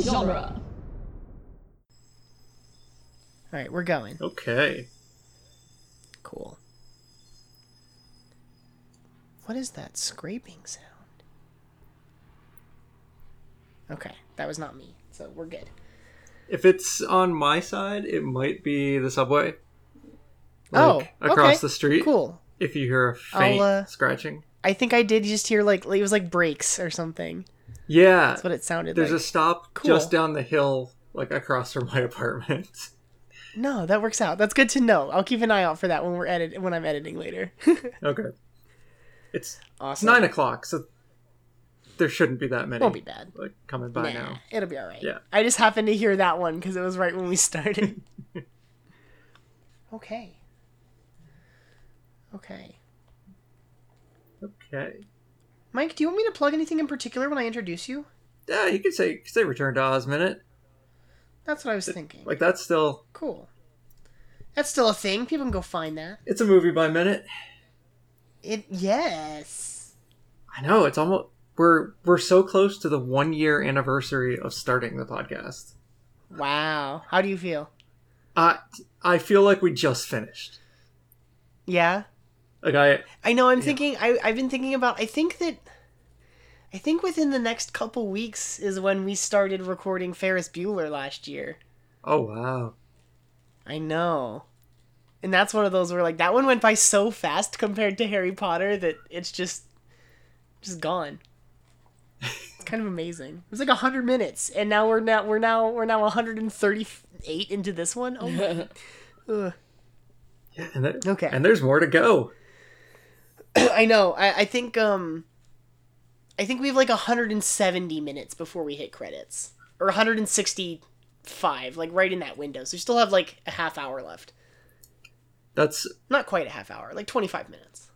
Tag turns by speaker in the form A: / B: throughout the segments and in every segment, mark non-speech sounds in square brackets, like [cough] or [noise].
A: genre.
B: All right, we're going.
C: Okay.
B: Cool. What is that scraping sound? Okay, that was not me, so we're good.
C: If it's on my side, it might be the subway.
B: Oh,
C: across
B: okay,
C: the street.
B: Cool.
C: If you hear a faint
B: I'll, uh,
C: scratching.
B: I think I did just hear like it was like breaks or something.
C: Yeah.
B: That's what it sounded
C: There's
B: like.
C: a stop
B: Cool.
C: just down the hill, like across from my [laughs] apartment.
B: No, that works out. That's good to know. I'll keep an eye out for that when we're edit when I'm editing later. [laughs]
C: okay. It's it's
B: awesome.
C: nine o'clock, so there shouldn't be that many
B: Won't be bad.
C: like coming
B: Nah,
C: by now.
B: it'll be all right.
C: Yeah.
B: I just happened to hear that one because it was right when we
C: [laughs]
B: started. okay. Okay.
C: Okay.
B: Mike, do you want me to plug anything in particular when I introduce you?
C: Yeah, you could say you could say return to Oz minute.
B: That's what I was thinking.
C: Like that's still
B: cool. That's still a thing. People can go find that.
C: it's a movie by minute.
B: It yes.
C: I know, it's almost we're we're so close to the one year anniversary of starting the podcast.
B: Wow. How do you feel?
C: I I feel like we just finished.
B: Yeah.
C: Like I
B: I know. I'm thinking. I, I've been thinking about. I think that. I think within the next couple weeks is when we started recording Ferris Bueller last year.
C: oh wow.
B: I know. And that's one of those where like that one went by so fast compared to Harry Potter that it's just just gone. It's kind of amazing. It was like 100 minutes and now we're now we're now we're now 138 into this one. Oh my- ugh.
C: Yeah, and there,
B: Okay.
C: And there's more to go.
B: I know. I, I think um I think we have like 170 minutes before we hit credits. Or 165, like right in that window. So we still have like a half hour left.
C: That's
B: Not quite a half hour, like 25 minutes.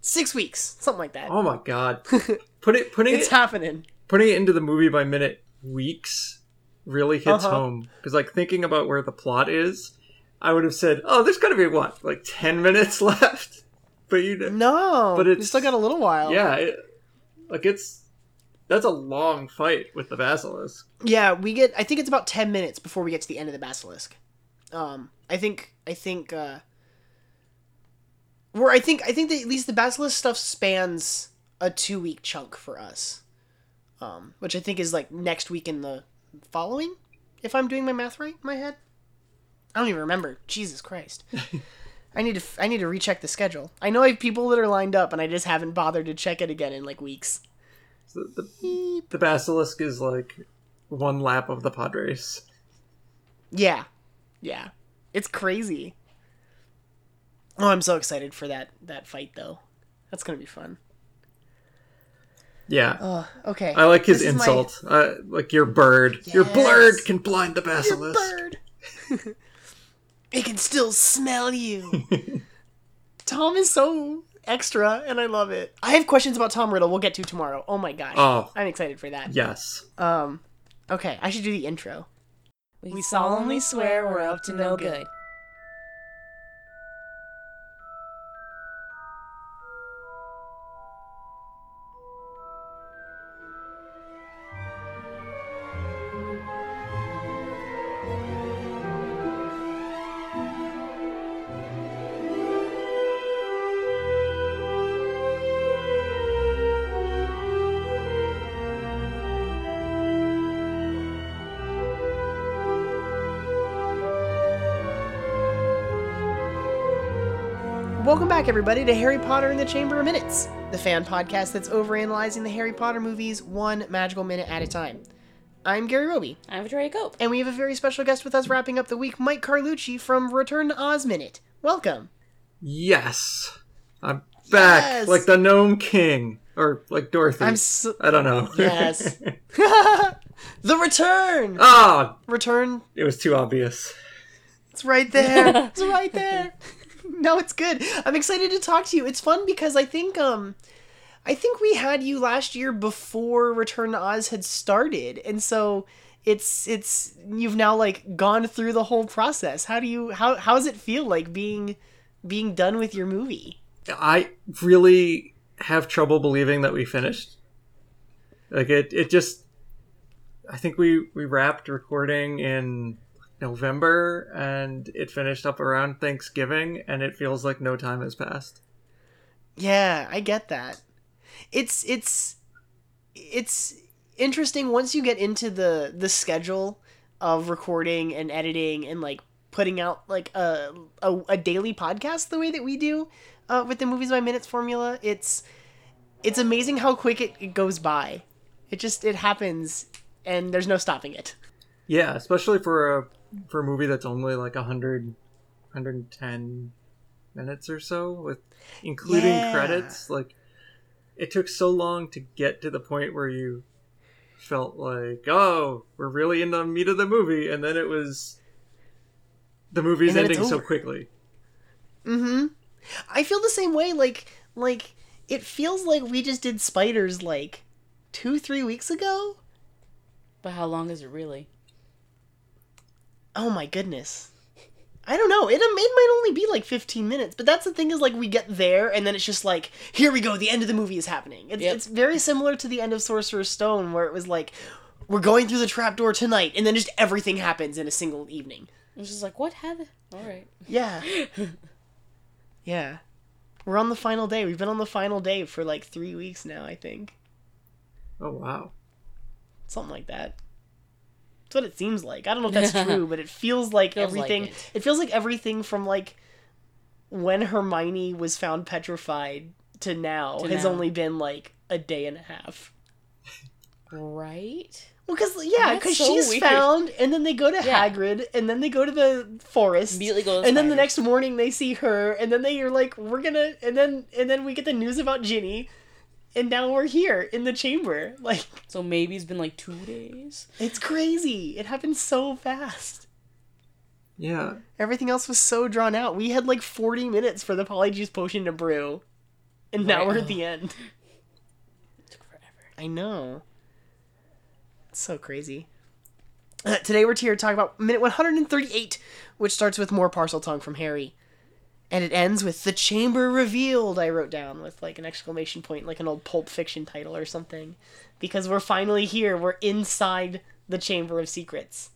B: Six weeks, something like that.
C: oh my
B: [laughs]
C: god. Put it putting
B: it's
C: it
B: happening.
C: putting it into the movie by minute weeks really hits
B: Uh-huh.
C: home because like thinking about where the plot is i would have said oh there's gotta be what like 10 minutes [laughs] left but you know
B: No,
C: But
B: but it's
C: it's-
B: still got a little while.
C: yeah it, like it's that's a long fight with the basilisk
B: yeah. We get. I think it's about 10 minutes before we get to the end of the basilisk. Um, I think. I think. uh Where I think. I think that at least the basilisk stuff spans a two week chunk for us, um, which I think is like next week and the following, if I'm doing my math right in my head. I don't even remember. Jesus Christ. I need to f- I need to recheck the schedule. I know I have people that are lined up and I just haven't bothered to check it again in like weeks.
C: so the, the basilisk is like one lap of the padres
B: Yeah. Yeah. It's crazy. Oh, I'm so excited for that that fight though. That's going to be fun.
C: yeah
B: Oh, okay.
C: i like his
B: This is my- [laughs]
C: insult uh, like your bird your
B: Yes.
C: bird can blind the basilisk
B: bird. [laughs] it can still smell
C: [laughs]
B: you. Tom is so extra, and I love it. I have questions about Tom Riddle. We'll get to tomorrow. Oh my gosh,
C: Oh.
B: I'm excited for that.
C: yes
B: Um, okay, I should do the intro.
A: We solemnly swear we're up to no good.
B: Welcome back, everybody, to Harry Potter in the Chamber of Minutes, the fan podcast that's overanalyzing the Harry Potter movies one magical minute at a time. I'm Gary Roby,
A: I'm Victoria Cope.
B: and we have a very special guest with us wrapping up the week, Mike Carlucci from Return to Oz Minute. Welcome.
C: Yes. I'm back
B: Yes.
C: like the Gnome King or like Dorothy.
B: I'm so- [laughs]
C: I don't know.
B: Yes. the return.
C: [laughs] Ah,
B: Return.
C: it was too obvious.
B: It's right there. It's right there. No, it's good. I'm excited to talk to you. It's fun because I think um I think we had you last year before Return to Oz had started. And so it's it's you've now like gone through the whole process. How do you how how does it feel like being being done with your movie?
C: I really have trouble believing that we finished. Like it it just I think we we wrapped recording in November and it finished up around Thanksgiving and it feels like no time has passed.
B: Yeah, I get that. It's it's it's interesting once you get into the the schedule of recording and editing and like putting out like a a, a daily podcast the way that we do uh, with the movies by minutes formula. It's it's amazing how quick it, it goes by. It just it happens and there's no stopping it.
C: Yeah, especially for a for a movie that's only like 100 110 minutes or so with including
B: Yeah.
C: credits like it took so long to get to the point where you felt like oh we're really in the meat of the movie and then it was the movie's
B: And then it's
C: ending so
B: over.
C: quickly
B: Mm-hmm. I feel the same way. Like, like it feels like we just did spiders like two, three weeks ago.
A: But how long is it really?
B: Oh my goodness. I don't know. It, it might only be like 15 minutes, but that's the thing is like we get there and then it's just like, here we go, the end of the movie is happening. It's,
A: Yep.
B: it's very similar to the end of Sorcerer's Stone where it was like, we're going through the trapdoor tonight and then just everything happens in a single evening.
A: I'm just like, what happened? All right.
B: [laughs] Yeah. yeah. We're on the final day. We've been on the final day for like three weeks now, I think.
C: oh wow
B: something like that. That's what it seems like. I don't know
A: [laughs]
B: if that's true, but it feels like
A: Feels like
B: everything.
A: it.
B: it. feels like everything from like when Hermione was found petrified to now
A: To
B: has
A: now.
B: only been like a day and a half.
A: Right?
B: Well, because yeah,
A: That's
B: because
A: so
B: she's
A: weird.
B: found, and then they go to
A: Yeah.
B: Hagrid, and then they go to the forest,
A: Immediately go to
B: and then the
A: spiders.
B: next morning they see her, and then they are like, "We're gonna," and then and then we get the news about Ginny, and now we're here in the chamber. [laughs] Like
A: So maybe it's been like two days.
B: it's crazy. It happened so fast.
C: yeah
B: Everything else was so drawn out. We had like 40 minutes for the polyjuice potion to brew. And now
A: Right.
B: we're at the end.
A: took forever.
B: I know. It's so crazy. Uh, today we're here to talk about minute 138, which starts with more parcel tongue from Harry. And it ends with the chamber revealed, I wrote down with like an exclamation point, like an old Pulp Fiction title or something. Because we're finally here. We're inside the Chamber of Secrets.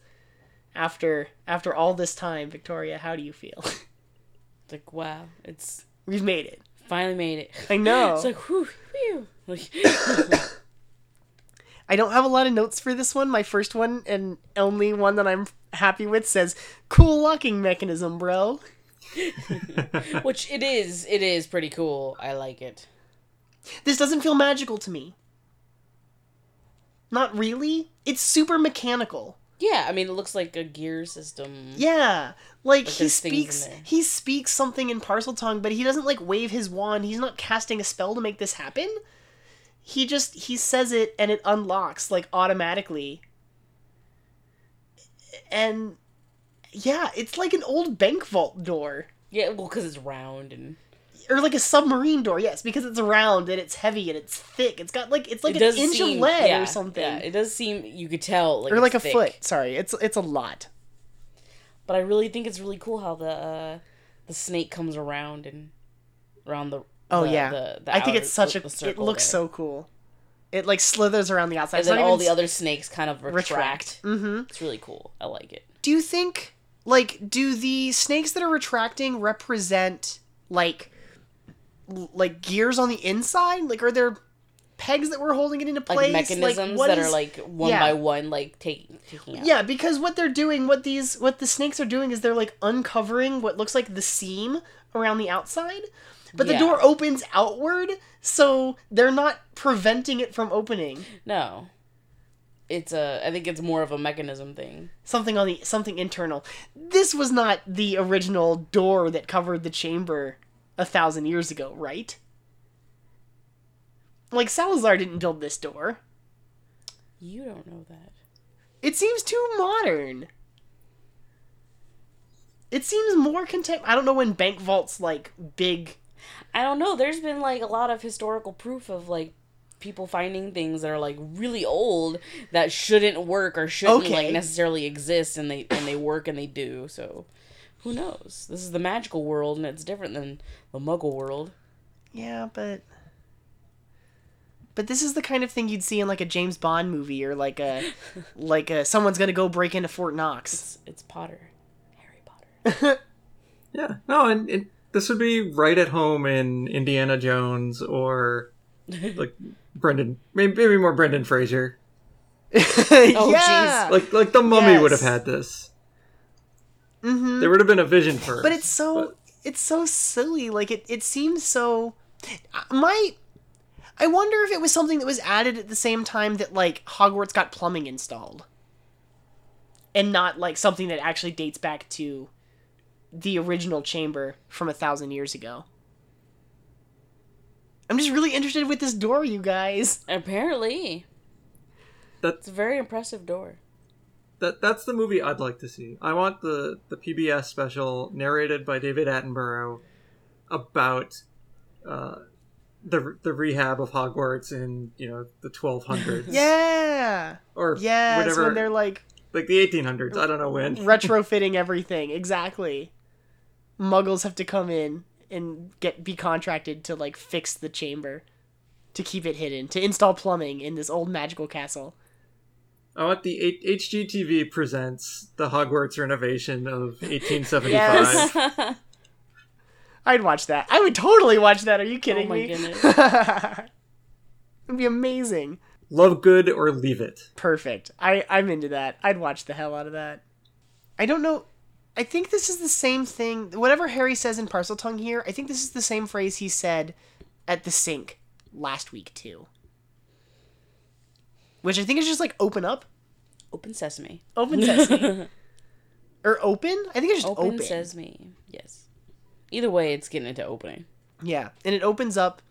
B: After after all this time, Victoria, how do you feel? [laughs]
A: It's like, wow, it's
B: We've made it.
A: finally made it.
B: [laughs] I know.
A: It's like, whew, whew.
B: [laughs]
A: Like,
B: I don't have a lot of notes for this one. My first one and only one that I'm happy with says cool locking mechanism, bro.
A: which it is, it is pretty cool. I like it.
B: This doesn't feel magical to me. Not really. It's super mechanical.
A: Yeah, I mean, it looks like a gear system.
B: Yeah. Like
A: But
B: he
A: there's things in
B: speaks
A: there.
B: he speaks something in parcel tongue, but he doesn't like wave his wand. He's not casting a spell to make this happen. He just he says it and it unlocks like automatically. And yeah, it's like an old bank vault door
A: Yeah, well, because it's round and
B: or like a submarine door. Yes, because it's round and it's heavy and it's thick. It's got like it's like
A: it
B: an
A: does
B: inch
A: seem
B: of lead
A: yeah,
B: or something.
A: Yeah, it does seem you could tell like
B: or like a
A: it's thick.
B: foot. Sorry, it's it's a lot.
A: But I really think it's really cool how the uh, the snake comes around and around the.
B: Oh
A: the-
B: yeah,
A: the, the
B: I think
A: outer-
B: it's such
A: the-
B: a.
A: the
B: it
A: circle
B: looks
A: there.
B: so cool. It like slithers around the outside.
A: And
B: It's
A: then
B: not
A: all
B: even
A: the other snakes kind of retract.
B: retract. Mm-hmm.
A: It's really cool. I like it.
B: Do you think like do the snakes that are retracting represent like l- like gears on the inside? Like are there pegs that we're holding it into
A: Like
B: place?
A: mechanisms
B: what
A: that are
B: is-
A: like one
B: yeah.
A: by one, like taking taking out.
B: Yeah, because what they're doing, what these, what the snakes are doing is they're like uncovering what looks like the seam around the outside, but the
A: Yeah.
B: door opens outward, so they're not preventing it from opening.
A: No, it's a. I think it's more of a mechanism thing.
B: Something on the something internal. This was not the original door that covered the chamber a thousand years ago, right? Like Salazar didn't build this door.
A: You don't know that.
B: It seems too modern. It seems more contem. I don't know when bank vaults like big.
A: I don't know. There's been like a lot of historical proof of like people finding things that are like really old that shouldn't work or shouldn't
B: Okay.
A: like necessarily exist and they and they work and they do. So who knows? This is the magical world and it's different than the muggle world.
B: Yeah, but But this is the kind of thing you'd see in like a James Bond movie or like a like a someone's gonna go break into Fort Knox.
A: It's, it's Potter. Harry Potter.
C: Yeah. No, and, and this would be right at home in Indiana
B: [laughs]
C: Jones or like Brendan, maybe, maybe more Brendan Fraser.
B: [laughs] oh
A: jeez.
C: Like like the Mummy would have
B: Yes. Mm-hmm.
C: had this. There would have been a vision first.
B: but it's so it's so silly like it it seems so my i wonder if it was something that was added at the same time that like hogwarts got plumbing installed and not like something that actually dates back to the original chamber from a thousand years ago i'm just really interested with this door you guys
A: Apparently.
C: That-
A: It's a very impressive door.
C: that that's the movie I'd like to see. I want the the PBS special narrated by David Attenborough about uh, the the rehab of Hogwarts in you know the
B: [laughs]
C: 1200s
B: yeah
C: or
B: yeah
C: whatever
B: when they're Mm. like
C: like the 1800s. I don't know when.
B: retrofitting everything exactly muggles have to come in and get be contracted to like fix the chamber to keep it hidden to install plumbing in this old magical castle
C: I want the H- HGTV presents the Hogwarts renovation of 1875.
B: Yes.
A: [laughs]
B: i'd watch that i would totally watch that are you kidding
A: Oh my
B: me
A: goodness.
B: [laughs] it'd be amazing
C: Love good or leave it.
B: perfect i i'm into that i'd watch the hell out of that i don't know i think this is the same thing whatever harry says in parcel tongue here i think this is the same phrase he said at the sink last week too which i think is just like open [laughs] up
A: Open sesame.
B: open sesame or open i think it's
A: [laughs]
B: just
A: Open,
B: open,
A: sesame. Yes. Either way, it's getting into opening.
B: yeah and it opens up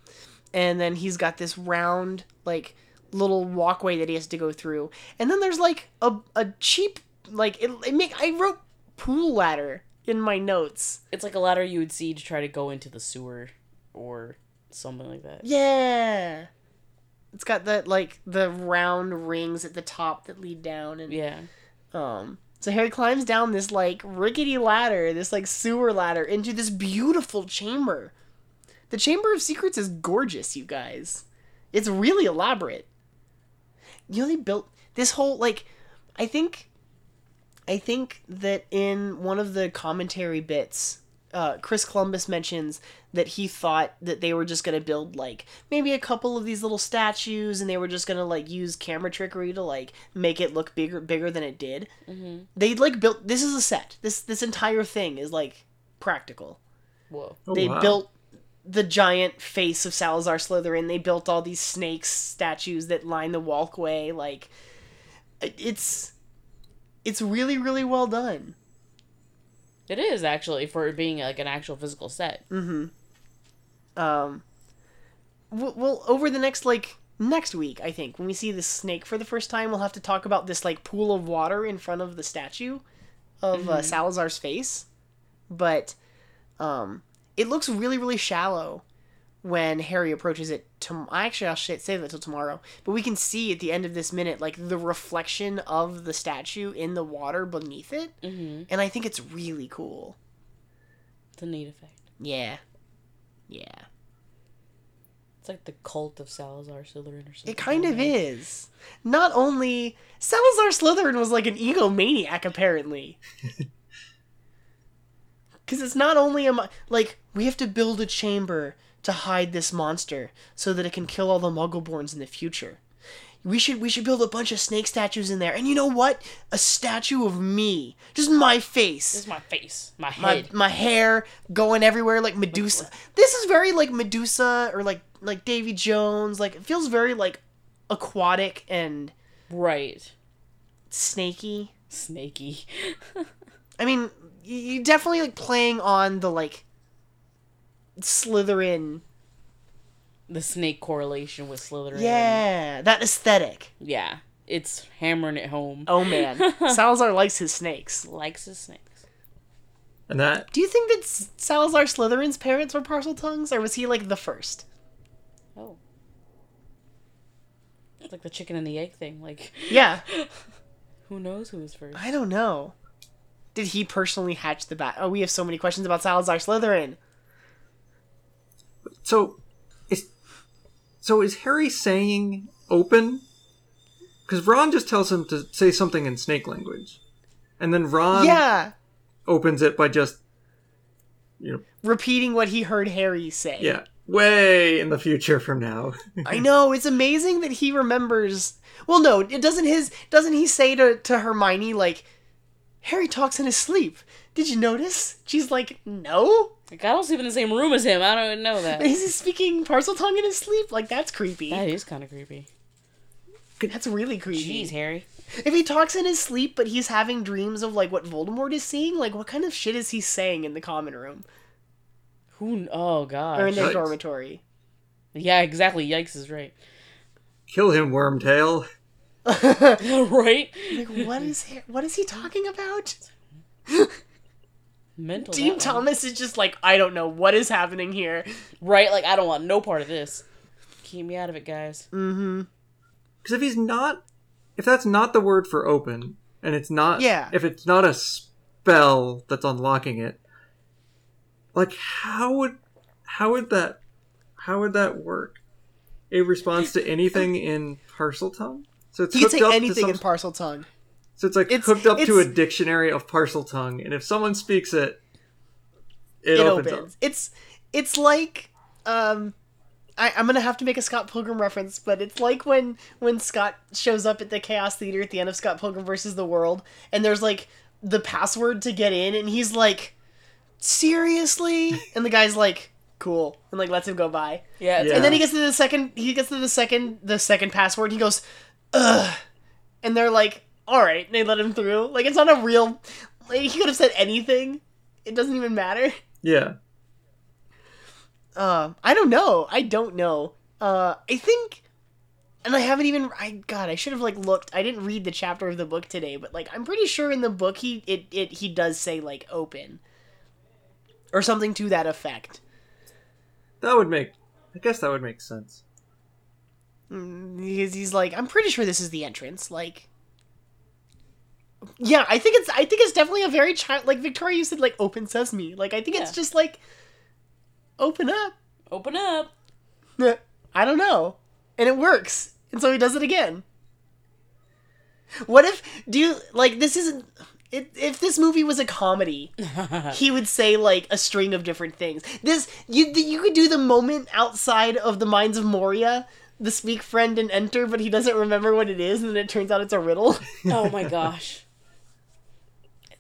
B: and then he's got this round like little walkway that he has to go through and then there's like a, a cheap like it, it make i wrote pool ladder in my notes
A: It's like a ladder you would see to try to go into the sewer or something like that.
B: yeah it's got that like the round rings at the top that lead down and
A: Yeah.
B: Um, so Harry climbs down this like rickety ladder, this like sewer ladder, into this beautiful chamber. The Chamber of Secrets is gorgeous, you guys. It's really elaborate. You know, they built this whole like, I think, I think that in one of the commentary bits, uh, Chris Columbus mentions that he thought that they were just gonna build like maybe a couple of these little statues, and they were just gonna like use camera trickery to like make it look bigger, bigger than it did
A: Mm-hmm.
B: they like built this is a set this this entire thing is like practical
A: Whoa.
C: Oh,
B: they
C: wow.
B: built the giant face of salazar slytherin they built all these snakes statues that line the walkway like it- it's it's really really well done
A: It is actually for it being like an actual physical set.
B: Mm-hmm. um w- well over the next like next week i think when we see this snake for the first time we'll have to talk about this like pool of water in front of the statue of uh, salazar's face but um it looks really really shallow when harry approaches it tom- actually i'll sh- save that till tomorrow but we can see at the end of this minute like the reflection of the statue in the water beneath it
A: Mm-hmm.
B: and i think it's really cool
A: It's a neat effect.
B: yeah yeah
A: It's like the cult of Salazar Slytherin or something.
B: It kind
A: like
B: of
A: that.
B: is. Not only Salazar Slytherin was like an egomaniac, apparently. Because it's not only a mo- like we have to build a chamber to hide this monster so that it can kill all the Muggleborns in the future. We should we should build a bunch of snake statues in there, and you know what? A statue of me, just my face
A: This is my face, my
B: my
A: head.
B: my hair going everywhere like Medusa. This is very like Medusa or like like Davy Jones. Like it feels very like aquatic and
A: Right.
B: snaky.
A: Snaky. [laughs]
B: I mean, you- you definitely like playing on the like Slytherin.
A: The snake correlation with Slytherin.
B: Yeah, that aesthetic.
A: Yeah. It's hammering it home.
B: Oh [laughs] man, Salazar likes his snakes.
A: Likes his snakes.
C: And that
B: Do you think that S- Salazar Slytherin's parents were parcel tongues, or was he like the first?
A: Oh. It's like the chicken and the egg thing. Like,
B: Yeah,
A: who knows who was first?
B: I don't know. Did he personally hatch the bat? Oh, we have so many questions about Salazar Slytherin.
C: so is So is Harry saying open? Because Ron just tells him to say something in snake language, and then Ron
B: yeah,
C: opens it by just, you know,
B: repeating what he heard Harry say.
C: yeah, way in the future from now. [laughs]
B: I know it's amazing that he remembers. Well, no, it doesn't. His doesn't he say to to Hermione like, Harry talks in his sleep. Did you notice? She's like, no.
A: Like, I don't sleep in the same room as him. I don't even know
B: [laughs]
A: that.
B: Is he speaking parcel tongue in his sleep? Like that's creepy.
A: That is kind of creepy.
B: That's really creepy.
A: Jeez, Harry.
B: If he talks in his sleep, but he's having dreams of like what Voldemort is seeing, like what kind of shit is he saying in the common room
A: Who? kn- Oh
B: or in
A: gosh.
B: their
C: Yikes.
B: dormitory? [laughs]
A: Yeah, exactly. Yikes is right. [laughs]
C: Kill him, Wormtail.
A: right.
B: Like what is he, what is he talking about?
A: Mental. that
B: Dean
A: one.
B: Thomas is just like I don't know what is happening here.
A: Right. Like I don't want no part of this. Keep me out of it, guys.
C: Because if he's not, if that's not the word for open, and it's not,
B: Yeah.
C: if it's not a spell that's unlocking it, like how would, how would that, how would that work? A response to anything in parcel tongue. So it's
B: He can
C: hooked
B: say
C: up to
B: anything
C: some,
B: in parcel tongue.
C: so it's like
B: it's-
C: hooked up to a
B: it's-
C: dictionary of parcel tongue, and if someone speaks it, it,
B: It,
C: opens,
B: opens.
C: up.
B: It's it's like um. I, I'm gonna have to make a Scott Pilgrim reference, but it's like when when Scott shows up at the Chaos Theater at the end of Scott Pilgrim versus the World, and there's like the password to get in, and he's like, "Seriously?" and the guy's like, "Cool," and like lets him go by.
A: Yeah. It's
C: Yeah.
B: And then he gets to the second. He gets to the second. The second password. He goes, ugh, and they're like, all right. And they let him through. Like it's not a real. Like he could have said anything. It doesn't even matter.
C: Yeah,
B: Uh, I don't know. I don't know. Uh, I think, and I haven't even. I God, I should have like looked. I didn't read the chapter of the book today, but like I'm pretty sure in the book he it it he does say like open, or something to that effect.
C: that would make. I guess that would make sense.
B: because he's like, I'm pretty sure this is the entrance. Like, yeah, I think it's, I think it's definitely a very child. Like Victoria, you said like open sesame. Like I think it's
A: Yeah.
B: just like open up. [laughs]
A: Open up. [laughs]
B: I don't know, and it works, and so he does it again. What if do you like this isn't? It, if this movie was a comedy, he would say like a string of different things. This you you could do the moment outside of the minds of Moria, the speak friend and enter, but he doesn't remember what it is, and then it turns out it's a riddle. [laughs]
A: Oh my gosh.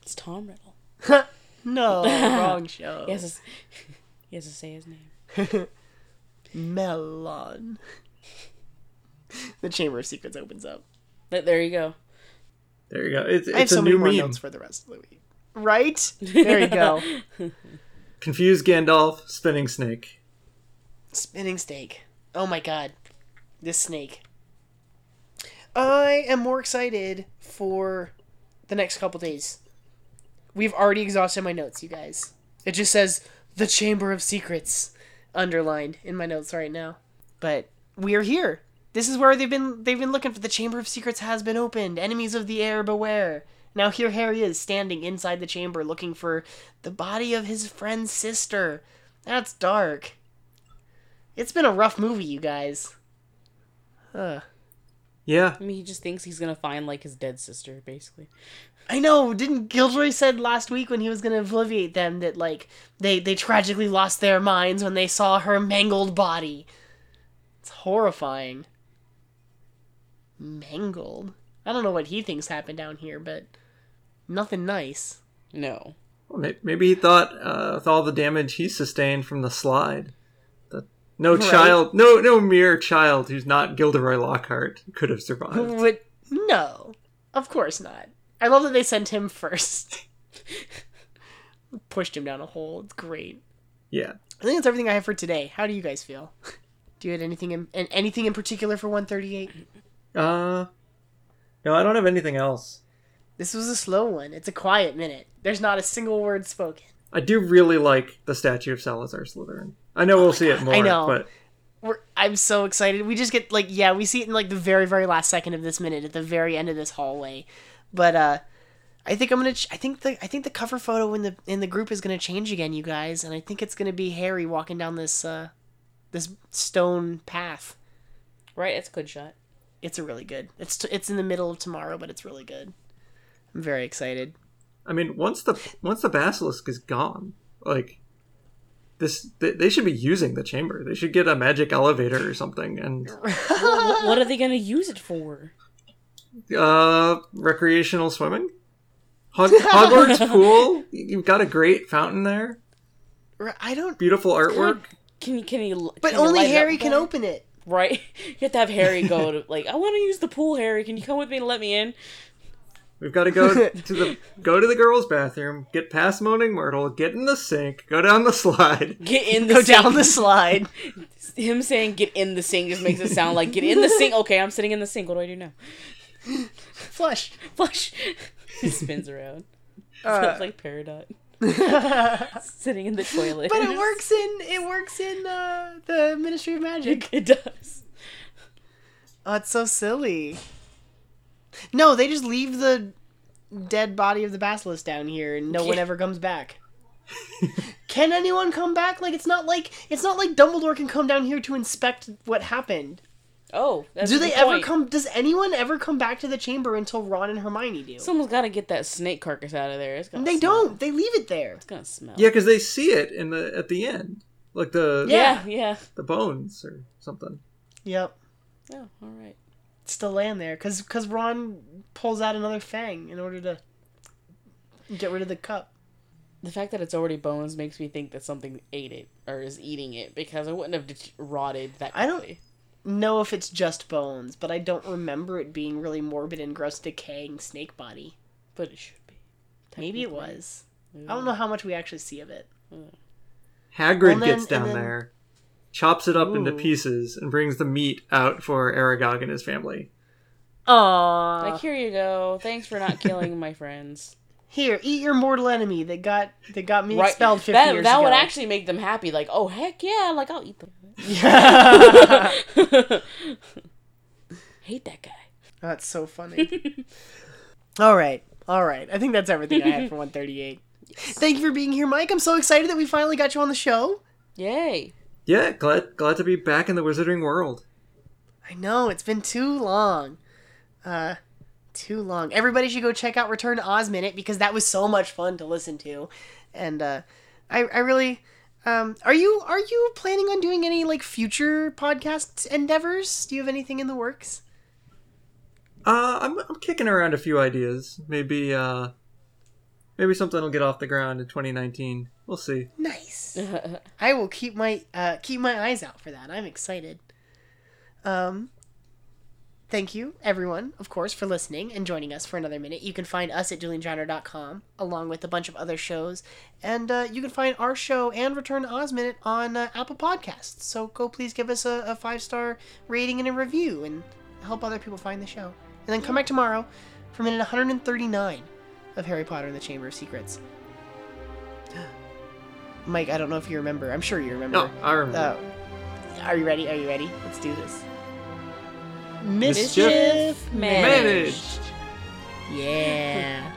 A: It's Tom Riddle.
B: no, wrong show.
A: He has to, s- [laughs] he has to say his name.
B: Melon. The Chamber of Secrets opens up.
A: But there you go.
C: There you go. It's, it's
B: I have so
C: a
B: many
C: new
B: more
C: meme.
B: notes for the rest of the week. Right there, you go.
C: Confused Gandalf, spinning snake.
B: Spinning snake. Oh my god. This snake. I am more excited for the next couple days. We've already exhausted my notes, you guys. It just says the Chamber of Secrets underlined in my notes right now. But we're here. This is where they've been they've been looking for the Chamber of Secrets has been opened. Enemies of the air beware. Now here Harry is standing inside the chamber looking for the body of his friend's sister. That's dark. It's been a rough movie, you guys. Ugh.
C: Yeah,
A: I mean, he just thinks he's gonna find like his dead sister, basically.
B: I know. Didn't Gilroy said last week when he was gonna obliviate them that like they they tragically lost their minds when they saw her mangled body. It's horrifying. Mangled. I don't know what he thinks happened down here, but nothing nice.
A: No.
C: Well, may- Maybe he thought uh, with all the damage he sustained from the slide, that no child, no no mere child who's not Gilderoy Lockhart could
B: [laughs]
C: have survived.
B: But no, of course not. I love that they sent him [laughs] first. Pushed him down a hole. It's great.
C: Yeah,
B: I think that's everything I have for today. How do you guys feel? Do you have anything in and anything in particular for 138?
C: uh, no, I don't have anything else.
B: This was a slow one. It's a quiet minute. There's not a single word spoken.
C: I do really like the statue of Salazar Slytherin. I know we'll see it more,
B: Oh I know.
C: but
B: We're, I'm so excited. We just get like yeah, we see it in like the very very last second of this minute at the very end of this hallway. But uh I think I'm going to ch- I think the I think the cover photo in the in the group is going to change again, you guys, and I think it's going to be Harry walking down this uh this stone path.
A: Right? It's a good shot.
B: It's a really good. It's t- it's in the middle of tomorrow, but it's really good. I'm very excited.
C: I mean, once the once the basilisk is gone, like this, they, they should be using the chamber. They should get a magic elevator or something, and
A: Wh- what are they going to use it for?
C: uh, recreational swimming.
B: [laughs]
C: Hog- Hogwarts pool. You've got a great fountain there.
B: R- I don't.
C: Beautiful artwork.
A: Can you, can you,
B: But
A: can you
B: only
A: light it up
B: Harry can
A: better?
B: open it.
A: Right? [laughs] You have to have Harry go to, like, I want to use the pool, Harry. Can you come with me and let me in?
C: We've got
B: [laughs]
C: to go to the go to the girls' bathroom. Get past Moaning Myrtle. Get in the sink. Go down the slide.
A: Get in the
B: Go
A: sink.
B: down the slide.
A: Him saying get in the sink just makes it sound like get in the sink. Okay, I'm sitting in the sink. What do I do now?
B: [laughs]
A: [laughs]
B: Flush.
A: Flush. He spins around.
B: Uh.
A: Sounds like
B: [laughs]
A: Peridot. sitting in the toilet.
B: But it works in it works in uh, the Ministry of [laughs] Magic.
A: It does.
B: Oh, it's so silly. No, they just leave the dead body of the basilisk down here, and no one
A: Yeah.
B: ever comes back. can anyone come back? Like it's not like it's not like Dumbledore can come down here to inspect what happened.
A: Oh, that's
B: Do
A: a
B: they
A: good
B: ever
A: point.
B: come? Does anyone ever come back to the chamber until Ron and Hermione do?
A: Someone's got to get that snake carcass out of there. It's gonna
B: they
A: smell.
B: don't. They leave it there.
A: It's gonna smell.
C: Yeah, because they see it in the at the end, like the
A: Yeah. Yeah.
C: the bones or something.
B: Yep,
A: Oh, all right.
B: it's still laying there because because Ron pulls out another fang in order to get rid of the cup.
A: The fact that it's already bones makes me think that something ate it or is eating it because I wouldn't have det- rotted that.
B: I don't-
A: quickly.
B: know if it's just bones, but I don't remember it being really morbid and gross decaying snake body.
A: But it should be.
B: Maybe it
A: Technically.
B: was. I don't know how much we actually see of it. Well,
C: Hagrid
B: then-
C: gets down
B: and then-
C: there, chops it up into
B: Ooh.
C: pieces, and brings the meat out for Aragog and his family.
B: Aww.
A: Like here you go. Thanks for not killing my friends.
B: [laughs] Here, eat your mortal enemy that got that got me expelled fifty
A: that
B: years
A: that
B: ago.
A: would actually make them happy. Like, oh heck yeah, like I'll eat them. [laughs] Hate that guy.
B: That's so funny. [laughs] all right, all right. I think that's everything I [laughs] had for one thirty eight. Thank you for being here, Mike. I'm so excited that we finally got you on the show.
A: Yay!
C: Yeah, glad glad to be back in the wizarding world.
B: I know it's been too long. Uh too long. Everybody should go check out Return to Oz Minute because that was so much fun to listen to. And uh I I really um are you are you planning on doing any like future podcast endeavors? Do you have anything in the works?
C: Uh, I'm I'm kicking around a few ideas. Maybe uh, maybe something will get off the ground in 2019. We'll see.
B: Nice. [laughs] I will keep my uh keep my eyes out for that. I'm excited. Um Thank you, everyone, of course, for listening and joining us for another minute. You can find us at duelinggenre.com, along with a bunch of other shows. And uh, you can find our show and Return to Oz Minute on uh, Apple Podcasts. So go please give us a, a five star rating and a review and help other people find the show. And then come back tomorrow for minute 139 of Harry Potter and the Chamber of Secrets. [gasps] Mike, I don't know if you remember. I'm sure you remember.
C: No, Oh, I remember.
B: Uh, are you ready? Are you ready? Let's do this.
C: Mischief
A: managed.
B: Yeah.